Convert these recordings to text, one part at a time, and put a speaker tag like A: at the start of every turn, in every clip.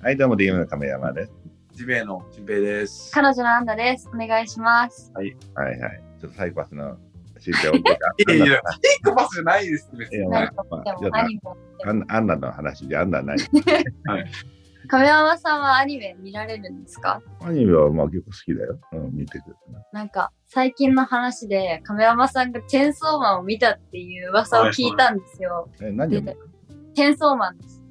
A: はい、どうも DM の亀山です。
B: ジベのジンペイです。
C: 彼女のアンナです。お願いします。
A: はい。はいはい。ちょっとサイコパスの知っておいてか
B: いやいやいや、ピンクパスじゃないですって別
A: い
B: に。
A: やま
C: な
A: あ
C: んか
A: まあ
C: で
A: ちょっ
C: も
A: と
C: アニメ。
A: あんあんなの話じゃあんなない。
C: 亀山さんはアニメ見られるんですか
A: アニメはまあ結構好きだよ。うん、見てくる。
C: なんか最近の話で亀山さんがチェーンソーマンを見たっていう噂を聞いたんですよ。
A: え、何を見た
C: チェーンソーマン です。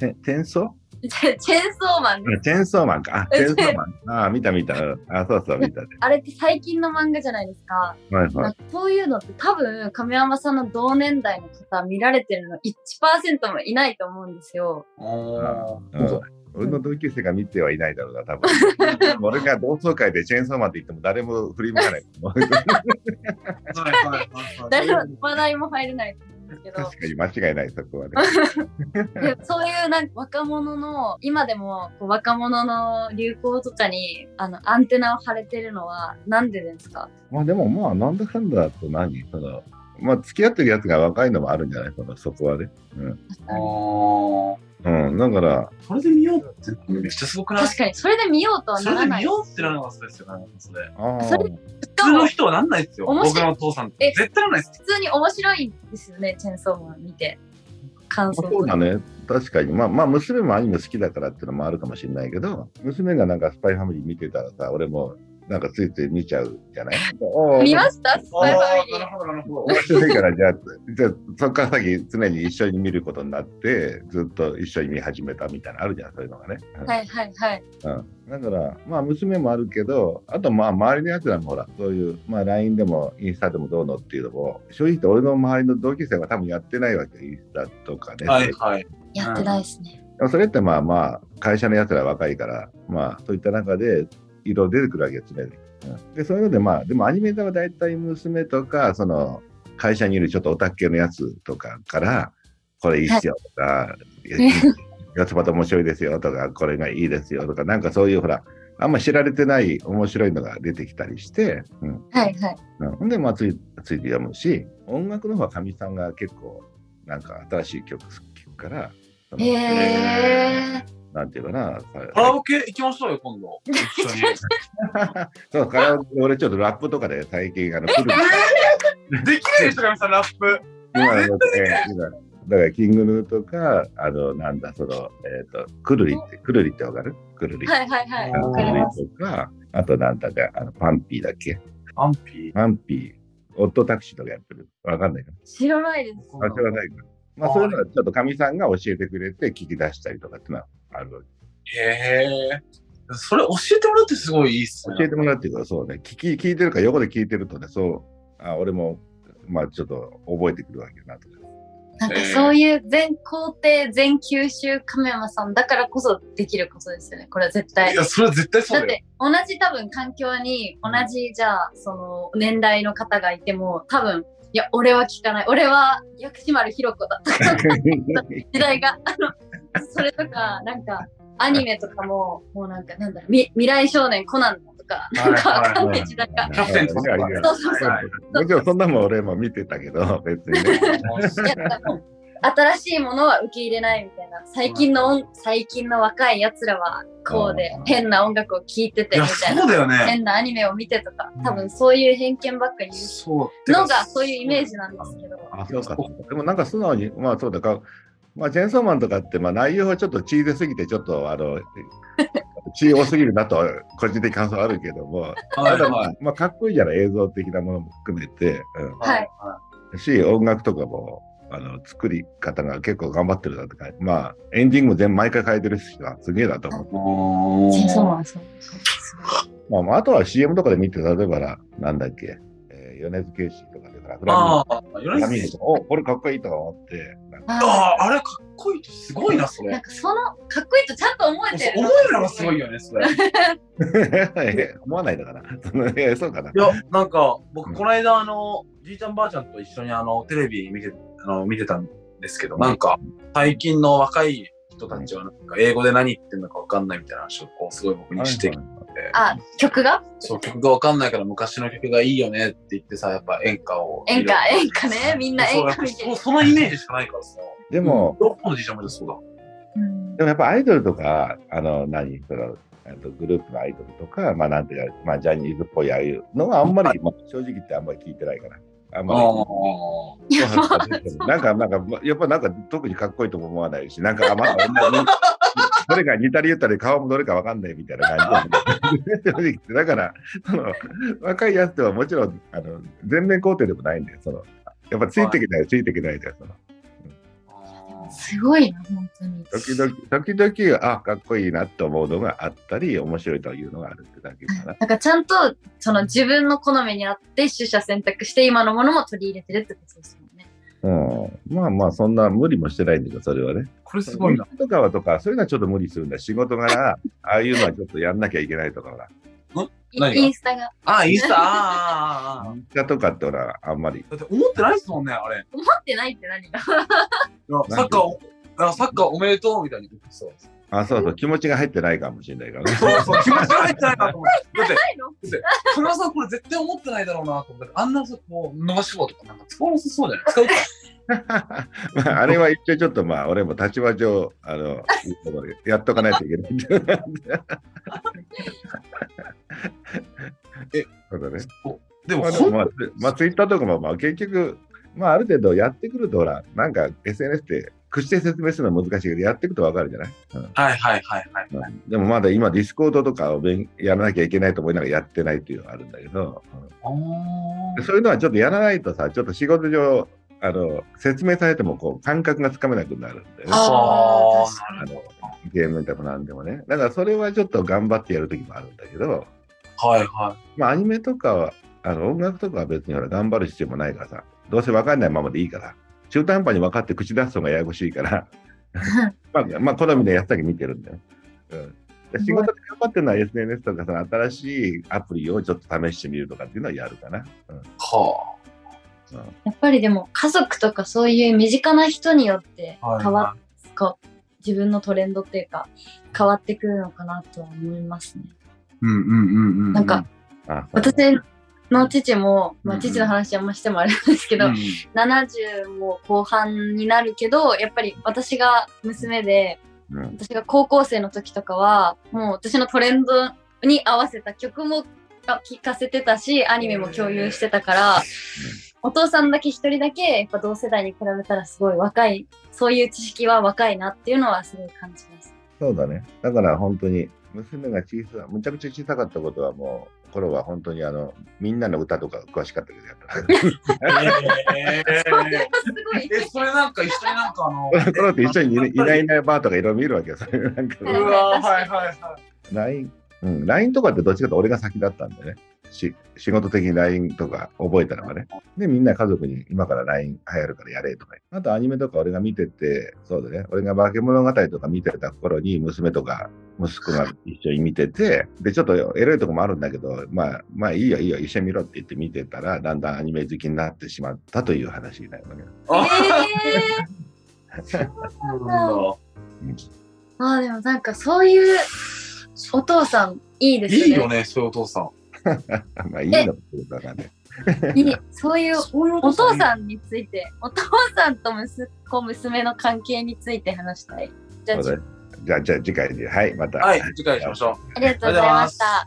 A: て転送
C: チェチェーンソーマンです。
A: あチェーンソーマンか。あ、チェーンソーマン。ああ、見た見た。うんあ、そうそう、見たね。
C: あれって最近の漫画じゃないですか。
A: はい
C: な
A: は
C: ん
A: い。
C: かそういうのって多分亀山さんの同年代の方見られてるの1%もいないと思うんですよ。
B: おー
A: うん俺の同級生が見てはいないだろうな、多 分。俺が同窓会でチェーンソーマンって言っても誰も振り向か ない。
B: はいはいはいはい
C: 誰も話題も入れないと思うんですけど。
A: 確かに間違いない、そこはね。
C: でそういうなんか若者の今でもこう若者の流行とかにあのアンテナを張れてるのはなんでですか
A: まあでもまあなんだかんだと何そのまあ付き合ってるやつが若いのもあるんじゃないそのそこはね。
B: おー
A: うん。だから、
B: それで見ようってめっちゃすごくない
C: 確かにそれで見ようとは
B: そ
C: な
B: れ
C: ら
B: で
C: な
B: 見
C: いし
B: ようってならなかったですよ、なんかそれ。
A: あ
C: それ
B: 普
C: か
B: 通の
C: も
B: 人はなんないですよ、
C: 面白
B: 僕
C: い
B: のお父さんって。
C: え
B: 絶対なんないです
C: 普通に面白いんですよねチェンソーマン見て感想
A: そうだね。確かに。まあまあ娘もアニメ好きだからっていうのもあるかもしれないけど、娘がなんかスパイファミリー見てたらさ、俺もなんかついつい見ちゃうじゃないおー
C: 見ましたスパイファミリ
B: なる
C: ー
B: ほど、なるほど
A: 面。白いからじゃあ、じゃあそっから先常に一緒に見ることになって、ずっと一緒に見始めたみたいなのあるじゃん、そういうのがね。うん
C: はいはいはい
A: うん、だから、まあ、娘もあるけど、あと、まあ、周りのやつらもほら、そういう、まあ、LINE でもインスタでもどうのっていうのも、正直言って俺の周りの同級生は多分やってないわけよ、インスタとかね。
B: はい
A: で
B: はい。
C: やってないですね
A: もそれって、まあまあ、会社のやつらは若いから、まあ、そういった中で、いろいろ出てくるわけですね。うん、で、そういうので、まあ、でもアニメーターは大体娘とか、その、会社にいるちょっとオタク系のやつとかから、これいいっすよとか、
C: ね
A: 四つ葉と面白いですよとか、これがいいですよとか、なんかそういうほら、あんま知られてない面白いのが出てきたりして、うん。
C: はいはい
A: うん、ほんで、まあつい、ついて読むし、音楽の方はかみさんが結構、なんか新しい曲聴くから、その
C: へえ
A: なんていうかな、さ
B: カラオケ行きましょうよ、今度。一緒 に。
A: そうカラオケ俺ちょっとラップとかで最近、あの、来る。
B: できないでしょ、かみさん、ラップ。
A: 今のね、今、だから、キングヌーとか、あの、なんだ、その、えっ、と、くるりって、くるりってわかるくるり。
C: はいはいはい
A: あ
C: わ
A: の
C: かります
A: くるりとか、あとなんだか、あのパンピーだっけ
B: アンピ
A: パンピー、オットタクシーとかやってる。わかんないか
C: 知らないです
A: な。あ、知らないかな。まあ、そういうのはちょっとかみさんが教えてくれて聞き出したりとかってのはあるわけ。
B: ー。へえ。それ教えてもらうってすごいいいっすね。
A: 教えてもらうっていうか、そうね、聞き、聞いてるか、横で聞いてるとね、そう、あ、俺も、まあ、ちょっと覚えてくるわけだなとか。
C: なんかそういう全工程全九州亀山さんだからこそできることですよねこれは絶対
B: いや、それは絶対そう
C: だ
B: だよ。
C: って同じ多分環境に
B: う
C: 同
B: ん
C: じじゃあその年代の方がいても多分いや俺は聞かない俺は薬師丸ひろ子 だ時代 があのそれとかなんかアニメとかももうなんかなんだろうみ未来少年コナンとか
B: はい
C: なんかわかん
B: は
C: ないい時代が
B: キャプテンとか
A: ありがとう
C: そうそう
B: はいはい
A: もちろんそんなもん俺も見てたけど、別にね。
C: そうやっぱ新しいものは受け入れないみたいな最近の音最近の若いやつらはこうで
A: うん
C: 変な音楽を聴いて
B: い
C: てみ
B: や、
C: た
B: そう
C: いな
B: だよね。
C: 変なアニメを見てとか
B: うん
C: 多分そういう偏見ばっかり言う
B: そう。
C: のがそういうイメージなんですけど。
A: あ、そうか。でもなんか素直に、まあそうだか、まあ、チェーンソーマンとかって、まあ、内容はちょっとチーズすぎて、ちょっとあ の、チー多すぎるなと、個人的感想はあるけども、
B: はい
A: ただ
B: はい。
A: まあ、かっこいいじゃない、映像的なものも含めて、
C: はい
A: うん、し、音楽とかも、あの、作り方が結構頑張ってるなって感じ。まあ、エンディングも全毎回変えてるしな、すげえなと思う。
B: おー
C: んそう。
A: まあまあ、あとは CM とかで見て、例えばな、なんだっけ、えー、米津玄師とかでから、フラミンゴ
B: ああ、
A: フラミ
B: 米
A: ンゴ
B: 津
A: とか、お、これかっこいいとか思って、なんか
C: あ
B: ああ、あれかっこいいとすごいな、そ
C: ーなん
B: れ。
C: かそのかっこいいとちゃんと思えてる
B: 思
C: な。
B: えるのがすごいよね、それ。い
A: え思わないのかな そのいやそうかな。
B: や、なんか、僕、この間、あの、じいちゃんばあちゃんと一緒に、あの、テレビ見て、あの、見てたんですけど、なんか、最近の若い人たちは、なんか、英語で何言ってんのかわかんないみたいな話を、こう、すごい僕にしてきて、
C: あ、曲が
B: そう、曲がわかんないから昔の曲がいいよねって言ってさ、やっぱ演歌を。
C: 演歌、演歌ね。みんな演歌見て
B: そう
C: る
B: そ。うそのイメージしかないからさ。
A: でも、
B: ロックのじいちゃんまでそうだ。
C: うん
A: でもやっぱアイドルとか、あの、何、その、えっとグループのアイドルとか、まあなんていうか、まあジャニーズっぽいああいうのはあんまり、まあ、正直言ってあんまり聞いてないから。あんまり
B: あ
C: いや、まあ
A: なんか、なんか、やっぱなんか特にかっこいいとも思わないし、なんか、あまだ女に どれか似たり言ったり顔もどれかわかんないみたいな感じでだから、その若いやつではもちろんあの全面肯定でもないんだよ。そのやっぱついてきない、ついてきないだよ。その
C: すごいな、本当に。
A: 時々、時々、あ、かっこいいなと思うのがあったり、面白いというのがあるってだけかな。
C: なんかちゃんとその自分の好みに合って取捨選択して今のものも取り入れてるってことですもんね。
A: うん、まあまあ、そんな無理もしてないんだけど、それはね。
B: これすごいな。
A: とかはとか、そういうのはちょっと無理するんだ。仕事柄、ああいうのはちょっとやんなきゃいけないとかほら。
C: い
B: 何が
C: インスタが
B: あ、インスタ、ああ、ああ、あ
A: インスタとかってほら、あんまり。
B: あ。だって思ってないですもんね、あれ。い
C: 思ってないって何が
B: やサッカーお、あサッカーおめでとうみたいに言ってそうです。
A: あ、そうそう、気持ちが入ってないかもしれないからね。
B: そうそう、気持ちが入ってないなと思って。だって、
C: ないの
B: 田村さんこれ絶対思ってないだろうなと思って、あんなさ、こう、伸ばし棒とかなんか使わなさそうじゃない 使い
A: まあ、あれは一応ちょっとまあ、俺も立場上、あの、いいところでやっとかないといけないんで。
B: え
A: そうだね。
B: で
A: ま
B: も、
A: あ、でも
B: ほん
A: まあ、まあ、ツイッターとかも、まあ、結局、まあ、ある程度やってくると、ほら、なんか SNS って、口で説明するのは難しいけど、やっていくとわかるじゃない、うん
B: はいはいはいはい。
A: でもまだ今、ディスコードとかを勉やらなきゃいけないと思いながらやってないっていうのがあるんだけど、
B: あ
A: うん
B: ー
A: そういうのはちょっとやらないとさ、ちょっと仕事上、あの説明されてもこう感覚がつかめなくなるんだよね、
C: あ
B: あ
C: ー
B: ー、なるほ
A: ゲームでもなんでもね。だからそれはちょっと頑張ってやるときもあるんだけど、
B: ど。はいは
A: まあ、アニメとかは、あの音楽とかは別にほら頑張る必要もないからさ、どうせ分かんないままでいいから、中途半端に分かって口出すのがややこしいから、まあ、まあ、好みのやつだけ見てるんだよ。うんで仕事で頑張ってるのは SNS とかさ、新しいアプリをちょっと試してみるとかっていうのはやるかな。うん
B: い。は
C: やっぱりでも家族とかそういう身近な人によって変
B: はい
C: わっ、こう自分のトレンドっていうか変わってくるのかなとは思いますね。
B: あ。うんうんうんうん。
C: なんか、
A: あそう
C: 私の父も、ま
B: う
C: あ、
B: ん
C: 父の話あんましてもあれなんですけど、
B: うん
C: 70も後半になるけどやっぱり私が娘で
A: うん
C: 私が高校生の時とかはもう私のトレンドに合わせた曲もあ聴かせてたしアニメも共有してたから、お父さんだけ一人だけやっぱ同世代に比べたらすごい若いそういう知識は若いなっていうのはすごい感じ ます。
A: そうだね。だから本当に、娘が小さ、むちゃくちゃ小さかったことはもう、頃は本当にあの、みんなの歌とか詳しかったけどやっ
B: え
C: そ
B: ー
C: れはすごい
B: え、それなんか一緒になんかあの、
A: た。こ の頃って一緒にいないいないいないバーとかいろいろ見るわけよ。それなんか
B: うわーはいはいはい。
A: LINE、うん、LINE とかってどっちかというと俺が先だったんだよね。し仕事的に LINE とか覚えたのがね。で、みんな家族に今から LINE 流行るからやれとか言う。あとアニメとか俺が見てて、そうだね。俺が化け物語とか見てた頃に娘とか息子が一緒に見てて、で、ちょっとエロいとこもあるんだけど、まあ、まあいいよいいよ、一緒に見ろって言って見てたら、だんだんアニメ好きになってしまったという話になるわけだ。
C: えー
B: そうなん
C: あーでもなんかそういうお父さんいいで
B: だ
C: す
B: い
C: ね。
B: いよね、そういうお父さん。
A: まあいいのかどうかわかんない。
C: いいそういう
B: そういう
C: お父さんについて、お父さんと息子、娘の関係について話したい。じゃあ、
A: そうだねじゃあ、じゃあ次回に、はい、また。
B: はい、次回しましょう。
C: ありがとうございました。